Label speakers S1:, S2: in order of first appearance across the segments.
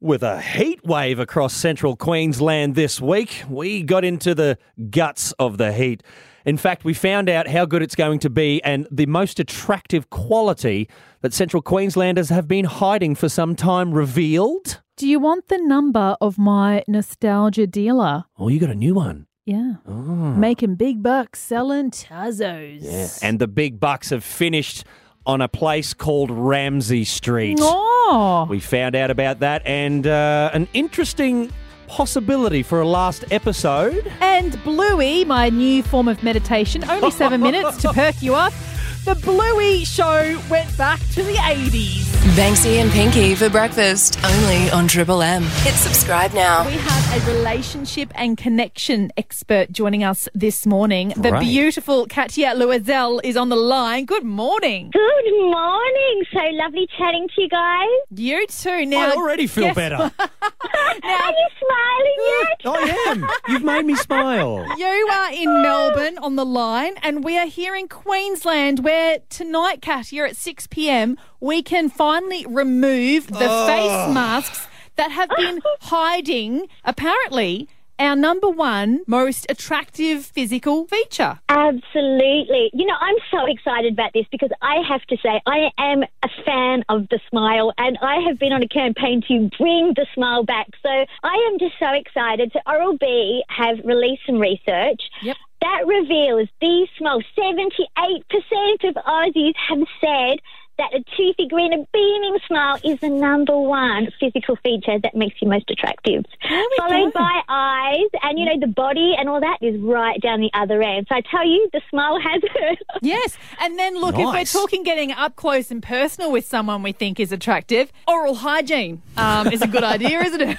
S1: With a heat wave across central Queensland this week, we got into the guts of the heat. In fact, we found out how good it's going to be and the most attractive quality that central Queenslanders have been hiding for some time revealed.
S2: Do you want the number of my nostalgia dealer?
S1: Oh, you got a new one.
S2: Yeah.
S1: Oh.
S2: Making big bucks selling Tazos.
S1: And the big bucks have finished on a place called Ramsey Street.
S2: Oh.
S1: We found out about that and uh, an interesting possibility for a last episode.
S2: And Bluey, my new form of meditation, only seven minutes to perk you up. The Bluey show went back to the 80s.
S3: Banksy and Pinky for breakfast, only on Triple M. Hit subscribe now.
S2: We have a relationship and connection expert joining us this morning. The
S1: Right.
S2: beautiful Katia Luizel is on the line. Good morning.
S4: Good morning. So lovely chatting to you guys.
S2: You too.
S1: I
S2: Now
S1: already feel
S2: guess-
S1: better.
S4: Are you smiling yet?
S1: I am. You've made me smile.
S2: You are in Melbourne on the line, and we are here in Queensland where tonight, Katia, at 6 pm, we can finally remove the face masks that have been hiding, apparently, our number one most attractive physical feature.
S4: Absolutely. You know, I'm so excited about this because I have to say, I am a fan of the smile and I have been on a campaign to bring the smile back. So I am just so excited. So Oral B have released some research.
S2: Yep.
S4: That reveals the smile. 78% of Aussies have said that a toothy grin, a beaming smile is the number one physical feature that makes you most attractive. Followed by eyes, and you know, the body and all that is right down the other end. So I tell you, the smile has it.
S2: Yes. And then, look,
S1: Nice.
S2: if we're talking getting up close and personal with someone we think is attractive, oral hygiene um, is a good idea, isn't it?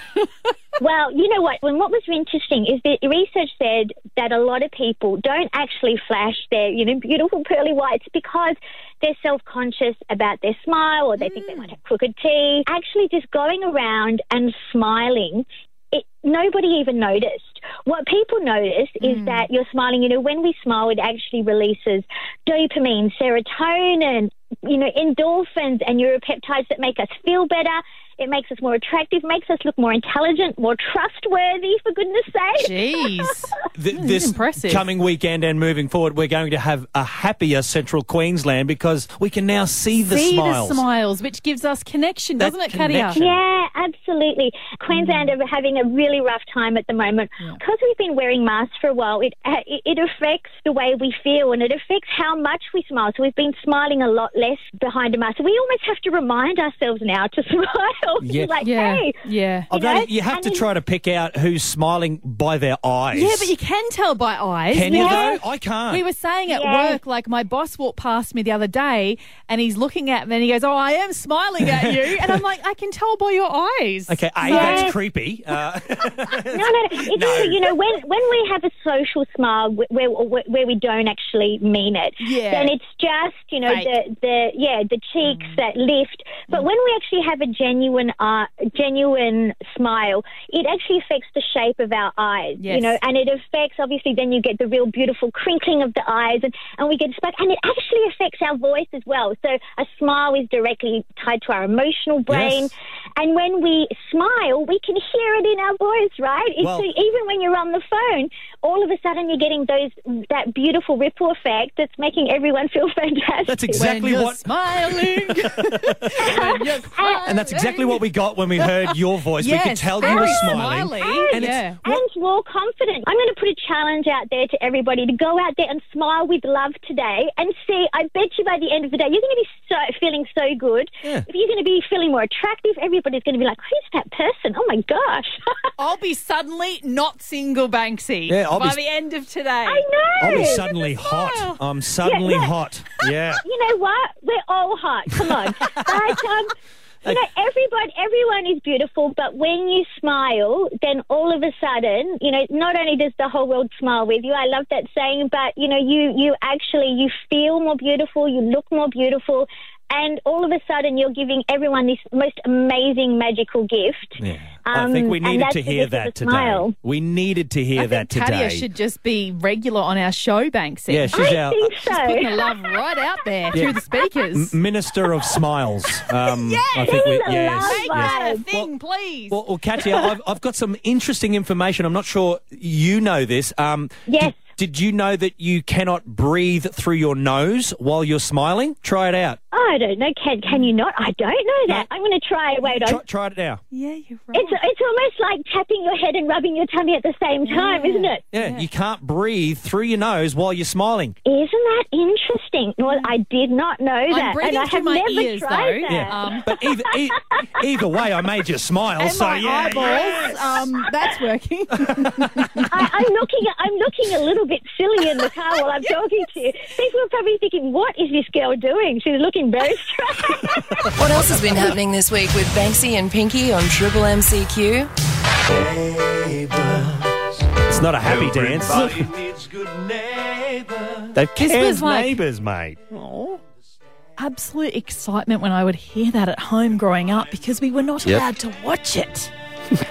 S4: Well, you know what? And what was interesting is that research said that a lot of people don't actually flash their, you know, beautiful pearly whites because they're self-conscious about their smile or they think they might have crooked teeth. Actually, just going around and smiling, it, nobody even noticed. What people notice is that you're smiling. You know, when we smile, it actually releases dopamine, serotonin, you know, endorphins and neuropeptides that make us feel better. It makes us more attractive, makes us look more intelligent, more trustworthy, for goodness sake.
S2: Jeez.
S1: Th-
S2: is
S1: this
S2: impressive.
S1: coming weekend and moving forward, we're going to have a happier central Queensland because we can now see the
S2: See
S1: smiles.
S2: the smiles, which gives us connection,
S1: That
S2: doesn't it,
S1: connection.
S2: Katia?
S4: Yeah, absolutely. Queensland are having a really rough time at the moment because we've been wearing masks for a while. It uh, it it affects the way we feel and it affects how much we smile. So we've been smiling a lot less behind a mask. So we almost have to remind ourselves now to smile.
S1: Yeah.
S4: It's like,
S2: Yeah.
S4: hey,
S2: Yeah.
S1: I've
S4: You know,
S1: noticed- you have
S4: and
S1: to
S4: in-
S1: try to pick out who's smiling by their eyes.
S2: Yeah, but you can tell by eyes.
S1: can
S2: we,
S1: you
S2: were-
S1: though? I can't.
S2: we were saying at
S4: Yeah.
S2: work, like my boss walked past me the other day and he's looking at me and he goes, Oh, I am smiling at you. And I'm like, I can tell by your eyes.
S1: okay, A,
S4: Yeah.
S1: that's creepy. Uh,
S4: No, no, no. It's
S1: No.
S4: really, you know, when, when we have a social smile wh- where, where, where we don't actually mean it,
S2: Yeah.
S4: then it's just, you know,
S2: Fake. Mm.
S4: the, the, yeah, the cheeks that lift. But when we actually have a genuine, uh, genuine smile, it actually affects the shape of our eyes,
S2: Yes.
S4: you know, and it affects, obviously, then you get the real beautiful crinkling of the eyes and, and we get spark. And it actually affects our voice as well. So a smile is directly tied to our emotional brain.
S1: Yes.
S4: And when we smile, we can hear it in our voice, right? It's
S1: Well-
S4: so even when you're on the phone, all of a sudden you're getting those that beautiful ripple effect that's making everyone feel fantastic.
S1: that's
S2: When
S1: exactly
S2: you're
S1: what.
S2: smiling. When you're
S1: And that's exactly what we got when we heard your voice.
S2: Yes,
S1: we could tell you were
S2: very
S1: smiling.
S2: smiley.
S1: And it's-
S2: yeah.
S4: and more confident. I'm going to put a challenge out there to everybody to go out there and smile with love today and see. I bet you by the end of the day, you're going to be so feeling so good.
S1: Yeah.
S4: You're going to be feeling more attractive. Everybody's going to be like, who's that person? Oh my gosh.
S2: I'll be suddenly not single Banksy
S1: Yeah, I'll be
S2: by
S1: s-
S2: the end of today.
S4: I know.
S1: I'll be suddenly hot. I'm suddenly
S4: yeah.
S1: hot. Yeah.
S4: you know what? We're all hot. Come on. but, um, you know, everybody, everyone is beautiful, but when you smile, then all of a sudden, you know, not only does the whole world smile with you, I love that saying, but, you know, you, you actually, you feel more beautiful, you look more beautiful, and all of a sudden you're giving everyone this most amazing magical gift. Um,
S1: Yeah. I think we
S2: Um,
S4: and
S1: needed
S4: that's
S1: to
S4: the
S1: hear
S4: gift of a
S1: that today.
S4: smile.
S1: We needed to hear
S2: I
S1: that
S2: think
S1: today.
S2: Tadia should just be regular on our show, Banksy.
S1: yeah, uh, she's
S4: I
S1: our
S4: think
S2: Putting the
S4: so.
S2: love right out there through the speakers.
S1: Minister of Smiles. Um, I think we,
S4: She's a
S1: yes,
S4: love
S2: Make
S1: yes.
S2: that a thing, please.
S1: Well, well Katya, I've, I've got some interesting information. I'm not sure you know this. Um, Did,
S4: Yes.
S1: did you know that you cannot breathe through your nose while you're smiling? Try it out.
S4: I don't know. Can can you not? I don't know that. I'm going to try. Wait,
S1: Try,
S4: on.
S1: try it now.
S2: yeah, you're right.
S4: It's it's almost like tapping your head and rubbing your tummy at the same time, isn't it?
S1: Yeah, you can't breathe through your nose while you're smiling.
S4: Isn't that interesting? Well, I did not know
S2: I'm
S4: that, and
S2: breathing
S4: I
S2: through
S4: have
S2: my
S4: never
S2: ears, though.
S4: tried that.
S2: Um,
S1: But either, e- either way, I made you smile.
S2: and
S1: so
S2: my
S1: yeah,
S2: eyeballs,
S1: yes.
S2: um, that's working.
S4: I, I'm looking. I'm looking a little bit silly in the car while I'm talking to you. People are probably thinking, "What is this girl doing?" She's looking very strange.
S3: What else has been happening this week with Banksy and Pinky on Triple MCQ?
S1: It's not a happy dance.
S5: Everybody needs good neighbors.
S1: They've
S2: was
S1: canned
S2: like-
S1: neighbours, mate.
S2: Absolute excitement when I would hear that at home growing up because we were not allowed to watch it.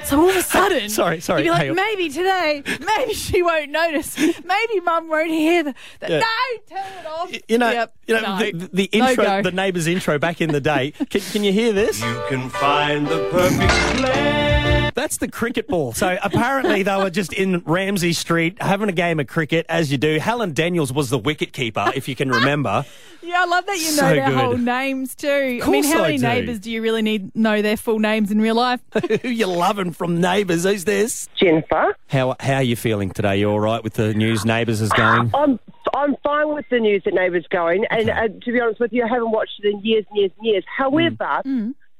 S2: So all of a sudden,
S1: Sorry, sorry,
S2: you'd be
S1: hang
S2: like,
S1: on.
S2: maybe today, maybe she won't notice, maybe Mum won't hear the, the
S1: Yeah.
S2: no, turn it off.
S1: You know,
S2: Yep,
S1: you know
S2: no.
S1: the, the- the
S2: No
S1: intro,
S2: go.
S1: the neighbours intro back in the day. can, can you hear this?
S5: You can find the perfect place.
S1: That's the cricket ball. So apparently they were just in Ramsey Street having a game of cricket, as you do. Helen Daniels was the wicket keeper, if you can remember.
S2: Yeah, I love that you know
S1: So
S2: their
S1: good.
S2: whole names too.
S1: Of
S2: I mean,
S1: course
S2: how
S1: I
S2: many
S1: do.
S2: neighbours do you really need know their full names in real life?
S1: Who you loving from Neighbours? Who's this?
S6: Jennifer.
S1: How how are you feeling today? You all right with the news? Neighbours is going.
S6: I'm I'm fine with the news that Neighbours going, and uh, to be honest with you, I haven't watched it in years and years and years. However,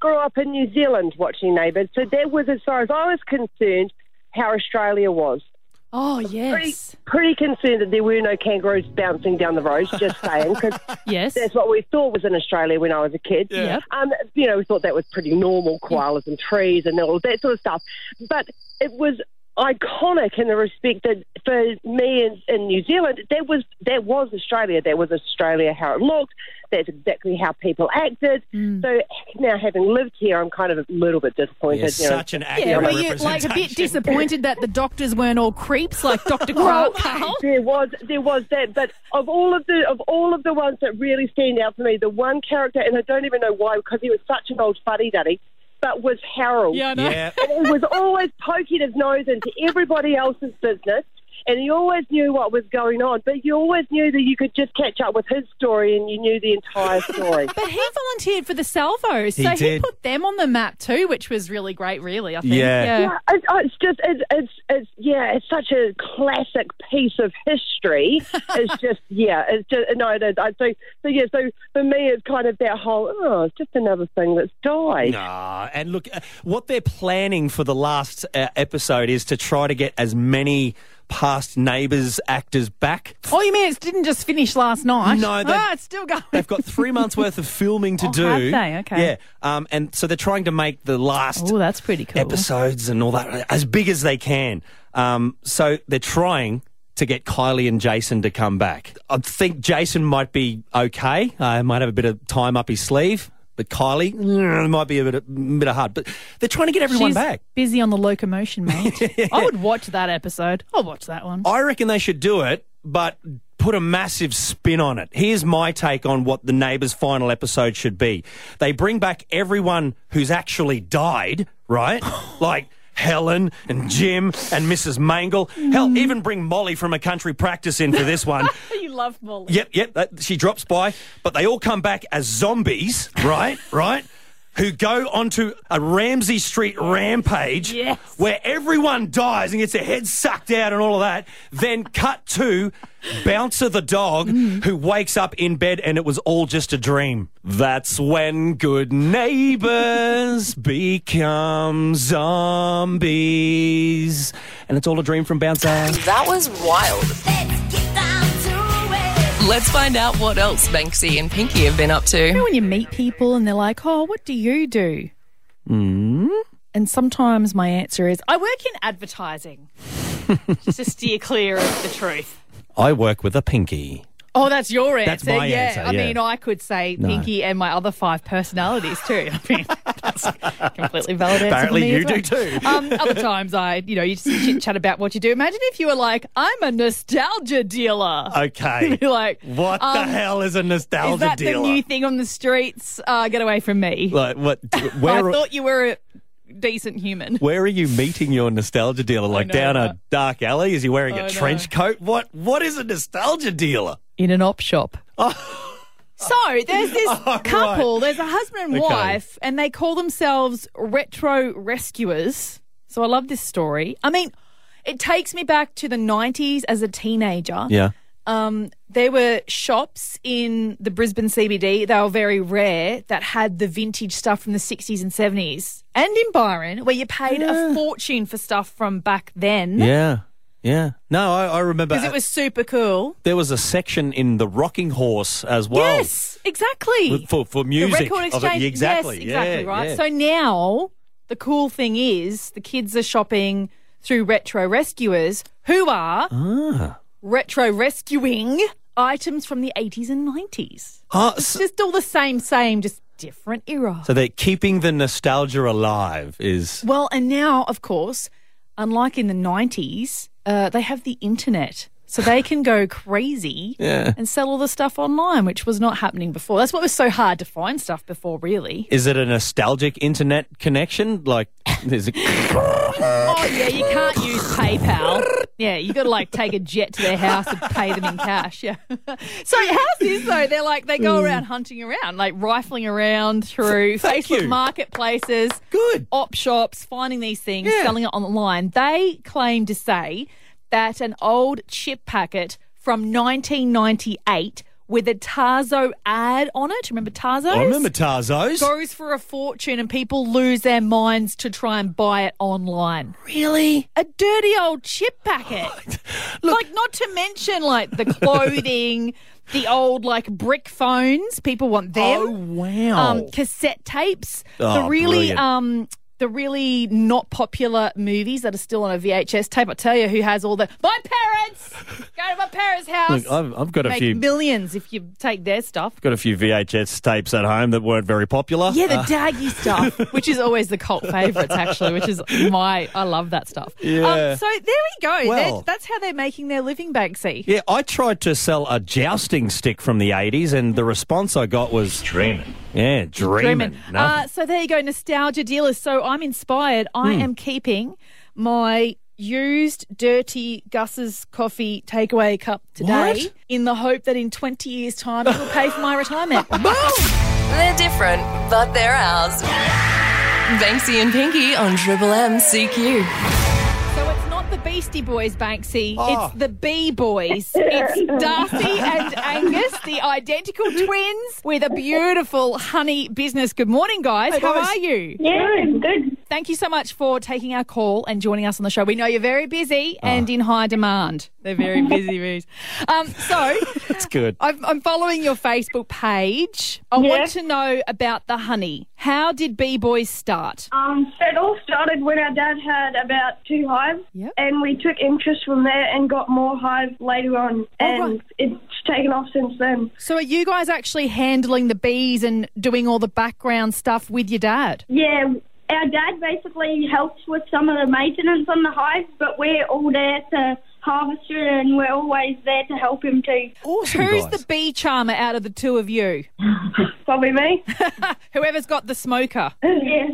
S6: grew up in New Zealand watching Neighbours, so that was as far as I was concerned how Australia was.
S2: Oh yes,
S6: Pretty concerned that there were no kangaroos bouncing down the road. Just saying, because
S2: yes.
S6: that's what we thought was in Australia when I was a kid.
S2: Yep.
S6: Um, you know, we thought that was pretty normal, koalas and trees and all that sort of stuff. But it was iconic in the respect that for me in, in New Zealand, that was that was Australia. That was Australia how it looked. That's exactly how people acted. So now, having lived here, I'm kind of a little bit disappointed.
S1: Yeah,
S6: you know.
S1: such an accurate
S2: Yeah, were you
S1: representation.
S2: like a bit disappointed that the doctors weren't all creeps like Dr. Carl? Carl?
S6: There was there was that, but of all of the of all of the ones that really stand out for me, the one character, and I don't even know why, because he was such an old fuddy duddy, but was Harold.
S2: Yeah, I know.
S1: yeah.
S6: and he was always poking his nose into everybody else's business. And he always knew what was going on, but you always knew that you could just catch up with his story and you knew the entire story.
S2: But he volunteered for the Salvos,
S1: He
S2: so he
S1: did.
S2: put them on the map too, which was really great, really, I think.
S1: Yeah.
S6: Yeah, it's, it's just it's, it's it's yeah, it's such a classic piece of history. it's just yeah, it's just no, it is. I think so. Yeah, so for me, it's kind of that whole oh, it's just another thing that's died.
S1: Nah, and look, uh, what they're planning for the last uh, episode is to try to get as many past neighbours actors back.
S2: Oh, you mean it didn't just finish last night?
S1: No, they-
S2: Ah, it's still going.
S1: They've got three months worth of filming to
S2: Oh,
S1: do.
S2: have they? Okay.
S1: Yeah, um, and so they're trying to make the last
S2: Oh, that's pretty cool.
S1: episodes and all that as big as they can. Um, so they're trying to get Kylie and Jason to come back. I think Jason might be okay. Uh, might have a bit of time up his sleeve, but Kylie mm, might be a bit of, bit of hard. But they're trying to get everyone
S2: She's
S1: back.
S2: busy on the locomotion, mate. I would watch that episode. I'll watch that one.
S1: I reckon they should do it, but put a massive spin on it. Here's my take on what the Neighbours final episode should be. They bring back everyone who's actually died, right? like Helen and Jim and Mrs. Mangle. Hell, even bring Molly from a country practice in for this one.
S2: Oh, you love Molly.
S1: Yep, yep. That, she drops by, but they all come back as zombies, right? right? Who go onto a Ramsey Street rampage
S2: Yes.
S1: where everyone dies and gets their head sucked out and all of that. Then cut to Bouncer the dog who wakes up in bed and it was all just a dream. That's when good neighbors become zombies. And it's all a dream from Bouncer.
S3: That was wild. Let's find out what else Banksy and Pinky have been up
S2: You know
S3: to.
S2: when you meet people and they're like, "Oh, what do you do?"
S1: Mm.
S2: Mm. And sometimes my answer is, "I work in advertising." Just to steer clear of the truth.
S1: I work with a pinky.
S2: Oh, that's your answer.
S1: That's my
S2: yeah.
S1: answer,
S2: I
S1: yeah.
S2: mean, I could say Pinky and my other five personalities too. I mean, that's a completely valid answer. for
S1: Apparently
S2: me
S1: you
S2: as well.
S1: do too.
S2: Um, other times I, you know, you just chit chat about what you do. Imagine if you were like, I'm a nostalgia dealer.
S1: Okay.
S2: You're like,
S1: what the
S2: um,
S1: hell is a nostalgia
S2: Is that
S1: dealer?
S2: the new thing on the streets? Uh, get away from me.
S1: like what?
S2: I
S1: Where?
S2: thought you were a decent human.
S1: where are you meeting your nostalgia dealer? Like
S2: know,
S1: down a
S2: right?
S1: dark alley? Is he wearing
S2: I
S1: a
S2: know.
S1: trench coat? What? What is a nostalgia dealer?
S2: in an op shop. So there's this
S1: Oh,
S2: couple, there's a husband and
S1: Okay.
S2: wife, and they call themselves retro rescuers. So I love this story. I mean, it takes me back to the 90s as a teenager.
S1: Yeah.
S2: Um, there were shops in the Brisbane CBD, they were very rare, that had the vintage stuff from the 60s and 70s. And in Byron, where you paid a fortune for stuff from back then.
S1: Yeah. Yeah. No, I, I remember. uh,
S2: Because it was super cool.
S1: there was a section in the Rocking Horse as well.
S2: Yes, exactly.
S1: With- For for music.
S2: The record
S1: of it.
S2: exchange.
S1: Exactly.
S2: Yes, exactly
S1: yeah,
S2: right.
S1: yeah.
S2: So now the cool thing is the kids are shopping through retro rescuers who are
S1: Ah.
S2: retro rescuing items from the 80s and 90s.
S1: Ah, so,
S2: Just all the same, same, just different era.
S1: so they're keeping the nostalgia alive. Is
S2: well, and now, of course, unlike in the 90s, uh, they have the internet. So they can go crazy
S1: Yeah.
S2: and sell all the stuff online, which was not happening before. That's what was so hard to find stuff before, really.
S1: is it a nostalgic internet connection? Like, is it?
S2: Oh yeah, you can't use PayPal. Yeah, you got to like take a jet to their house and pay them in cash. Yeah. so how's this though? They're like they
S1: Hmm.
S2: go around hunting around, like rifling around through
S1: Thank
S2: Facebook
S1: you.
S2: marketplaces,
S1: Good.
S2: op shops, finding these things,
S1: Yeah.
S2: selling it online. They claim to say that an old chip packet from 1998 with a Tarzo ad on it. Remember Tarzo?
S1: I remember Tarzos.
S2: Goes for a fortune and people lose their minds to try and buy it online
S1: Really?
S2: a dirty old chip packet. like, not to mention, like, the clothing, the old, like, brick phones. People want them.
S1: Oh wow!
S2: Um, cassette tapes.
S1: Oh,
S2: the really,
S1: brilliant.
S2: um, the really not popular movies that are still on a VHS tape. I tell you, who has all the. My parents! Go to my parents' house.
S1: Look, I've, I've got a
S2: Make
S1: few
S2: millions if you take their stuff.
S1: got a few VHS tapes at home that weren't very popular. Uh,
S2: Yeah, the daggy stuff, Uh. which is always the cult favourites, actually, which is my, I love that stuff.
S1: Yeah.
S2: Um, so there we go. They're-
S1: Well.
S2: that's how they're making their living, Banksy.
S1: Yeah, I tried to sell a jousting stick from the 80s, and the response I got was dreaming. Yeah, dreaming.
S2: Dreamin'.
S1: Nothing. Hmm.
S2: Uh, so there you go, nostalgia dealers. So I'm inspired. I am keeping my used, dirty Gus's coffee takeaway cup today
S1: What?
S2: in the hope that in 20 years' time it will pay for my retirement.
S3: They're different, but they're ours. Banksy and Pinky on Triple M CQ.
S2: So it's not the Beastie Boys, Banksy.
S1: Oh.
S2: It's the B Boys. It's Darcy and Angus, the identical twins with a beautiful honey business. Good morning, guys. How
S1: guys.
S2: are you?
S4: Yeah, good.
S2: Thank you so much for taking our call and joining us on the show. We know you're very busy and in high demand. They're very busy, bees. Um, so
S1: That's good.
S2: I'm, I'm following your Facebook page. I want to know about the honey. How did B Boys start?
S7: Um, so it all started when our dad had about two hives,
S2: Yep.
S7: and we took interest from there and got more hives later on, and
S2: Oh, right.
S7: it's taken off since then.
S2: So are you guys actually handling the bees and doing all the background stuff with your dad?
S7: Yeah, our dad basically helps with some of the maintenance on the hives, but we're all there to harvest it, and we're always there to help him too.
S1: Awesome,
S2: Who's
S1: guys.
S2: the bee charmer out of the two of you?
S7: Probably me.
S2: Whoever's got the smoker.
S7: yeah.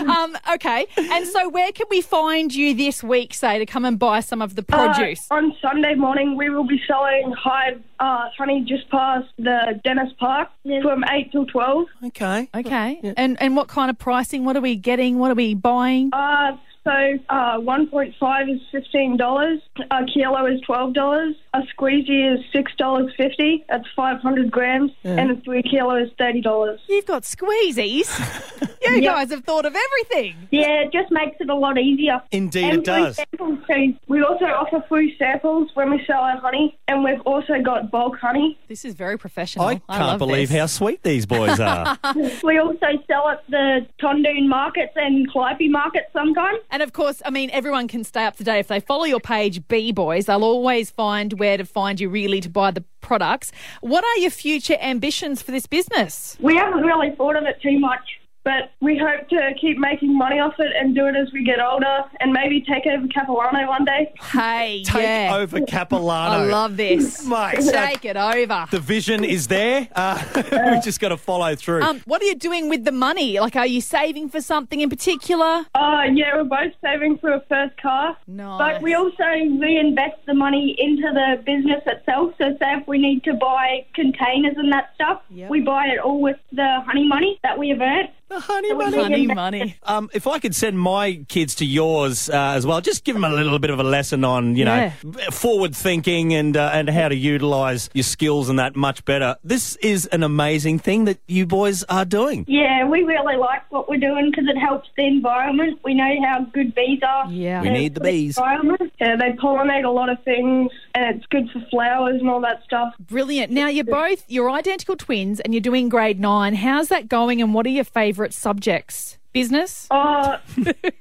S2: um, okay. And so where can we find you this week, say, to come and buy some of the produce?
S7: Uh, on Sunday morning, we will be selling hive uh, honey just past the Dennis Park from eight till twelve.
S1: okay.
S2: okay. And and what kind of pricing? What are we getting? What are we buying?
S7: Uh, so uh, 1.5 is $15. A kilo is $12. A squeegee is $6.50. That's 500 grams. And a 3 kilo is $30.
S2: You've got squeezies. you guys have thought of everything.
S7: Yeah, it just makes it a lot easier.
S1: Indeed,
S7: and
S1: it does.
S7: Free samples too. We also offer free samples when we sell our honey. And we've also got bulk honey.
S2: This is very professional.
S1: I
S2: I,
S1: can't
S2: love
S1: believe
S2: this.
S1: how sweet these boys are.
S7: We also sell at the Tondoon markets and Calliope markets sometimes.
S2: And of course, I mean, everyone can stay up to date. If they follow your page, B Boys, they'll always find where to find you really to buy the products. What are your future ambitions for this business?
S7: We haven't really thought of it too much, but we hope to keep making money off it and do it as we get older and maybe take over Capilano one day.
S2: Hey,
S1: Take
S2: yeah.
S1: over Capilano.
S2: I love this.
S1: Mate, uh,
S2: Take it over.
S1: the vision is there. Uh, we've just got to follow through.
S2: Um, what are you doing with the money? Like, are you saving for something in particular?
S7: Uh, yeah, we're both saving for a first car.
S2: Nice.
S7: But we also reinvest the money into the business itself. So, say if we need to buy containers and that stuff,
S2: Yep.
S7: we buy it all with the honey money that we have earned.
S1: the honey
S7: we
S1: money.
S2: Honey money.
S1: Um, if I could send my kids to yours uh, as well, just give them a little bit of a lesson on you know forward thinking and uh, and how to utilise your skills and that much better. This is an amazing thing that you boys are doing.
S7: Yeah, we really like what we're doing because it helps the environment. We know how good bees are.
S2: Yeah.
S1: We
S7: uh,
S1: need the
S7: for
S1: bees.
S7: environment. Yeah, they pollinate a lot of things, and it's good for flowers and all that stuff.
S2: Brilliant. Now you're both you're identical twins and you're doing grade nine. How's that going and what are your favourite subjects? Business?
S7: Uh,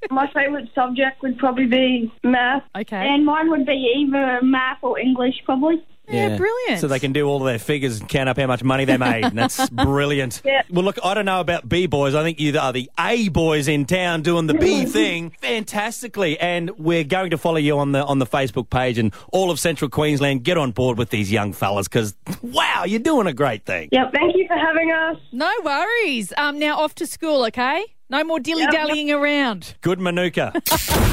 S7: my favourite subject would probably be math.
S2: Okay.
S7: And mine would be either math or English, probably.
S2: Yeah, brilliant.
S1: So they can do all of their figures and count up how much money they made. And that's brilliant.
S7: Yeah.
S1: Well, look, I don't know about B boys. I think you are the A boys in town doing the B thing fantastically. And we're going to follow you on the on the Facebook page and all of Central Queensland. Get on board with these young fellas because wow, you're doing a great thing.
S7: Yep, thank you for having us.
S2: No worries. Um, now off to school, okay? No more dilly dallying around.
S1: Good manuka.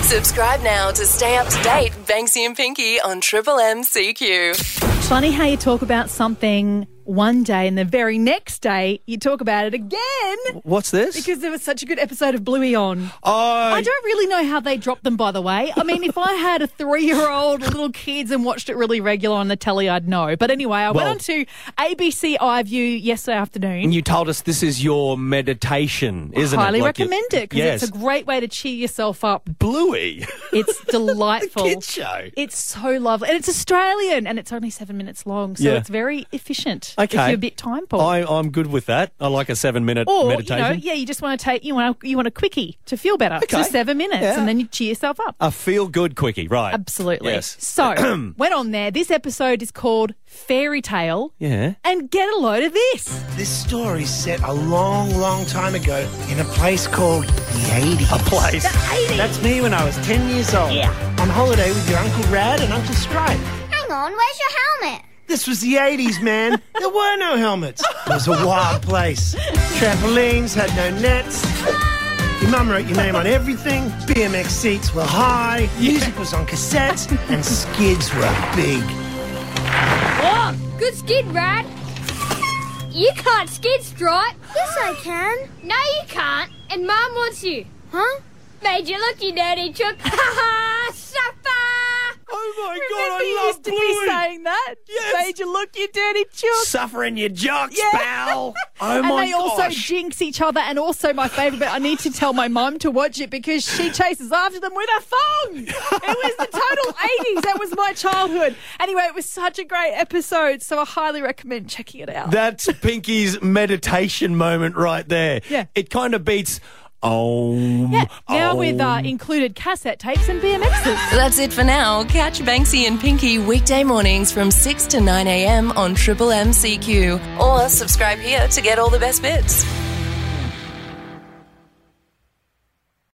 S3: Subscribe now to stay up to date. Banksy and Pinky on Triple M CQ.
S2: It's funny how you talk about something one day and the very next day you talk about it again
S1: What's this?
S2: because there was such a good episode of Bluey on.
S1: oh,
S2: I don't really know how they dropped them, by the way. I mean, if I had a three year old little kids and watched it really regular on the telly, I'd know. But anyway, I
S1: Well-
S2: went on to ABC iView yesterday afternoon.
S1: and you told us this is your meditation, isn't
S2: Highly
S1: it? Like you-
S2: recommend it because
S1: yes.
S2: it's a great way to cheer yourself up.
S1: Bluey
S2: It's delightful.
S1: kid show.
S2: It's so lovely. And it's Australian and it's only seven minutes long. So
S1: Yeah.
S2: it's very efficient
S1: Okay.
S2: if you're a bit time poor.
S1: I, I'm good with that. I like a seven minute
S2: or
S1: meditation.
S2: you know, yeah, you just want to take you want a, you want a quickie to feel better.
S1: Okay.
S2: So seven minutes,
S1: Yeah.
S2: and then you cheer yourself up.
S1: A feel good quickie, right?
S2: Absolutely.
S1: Yes.
S2: So, went on there. This episode is called Fairy Tale.
S1: Yeah.
S2: And get a load of this.
S8: This story's set a long, long time ago in a place called the 80s. A
S1: Place.
S8: That's me when I was 10 years old. Yeah. On holiday with your Uncle Rad and Uncle Stripe.
S9: Hang on, where's your helmet?
S8: This was the 80s, man. there were no helmets. It was a wild place. Trampolines had no nets. Your mum wrote your name on everything. BMX seats were high. Music was on cassettes. and skids were big.
S9: Oh, good skid, Rad. You can't skid, Stripe. Yes, I can. No, you can't. And Mum wants you. Huh? Made you look, you dirty chook. Ha ha! Suffer!
S1: Oh my
S2: Remember you used to be saying that?
S1: Yes.
S2: Made you look, you dirty chook.
S1: Suffering your jocks,
S2: Yeah.
S1: pal. Oh
S2: and
S1: my
S2: they also
S1: gosh.
S2: jinx each other. And also, my favourite bit, I need to tell my mum to watch it because she chases after them with a thong. It was the total 80s. That was my childhood. Anyway, it was such a great episode. So I highly recommend checking it out.
S1: That's Pinky's meditation moment right there.
S2: Yeah.
S1: It kind of beats. Om.
S2: yeah, now with uh,
S1: om.
S2: included cassette tapes and BMXs.
S3: That's it for now. Catch Banksy and Pinky weekday mornings from 6 to 9 a.m. on Triple M CQ. Or subscribe here to get all the best bits.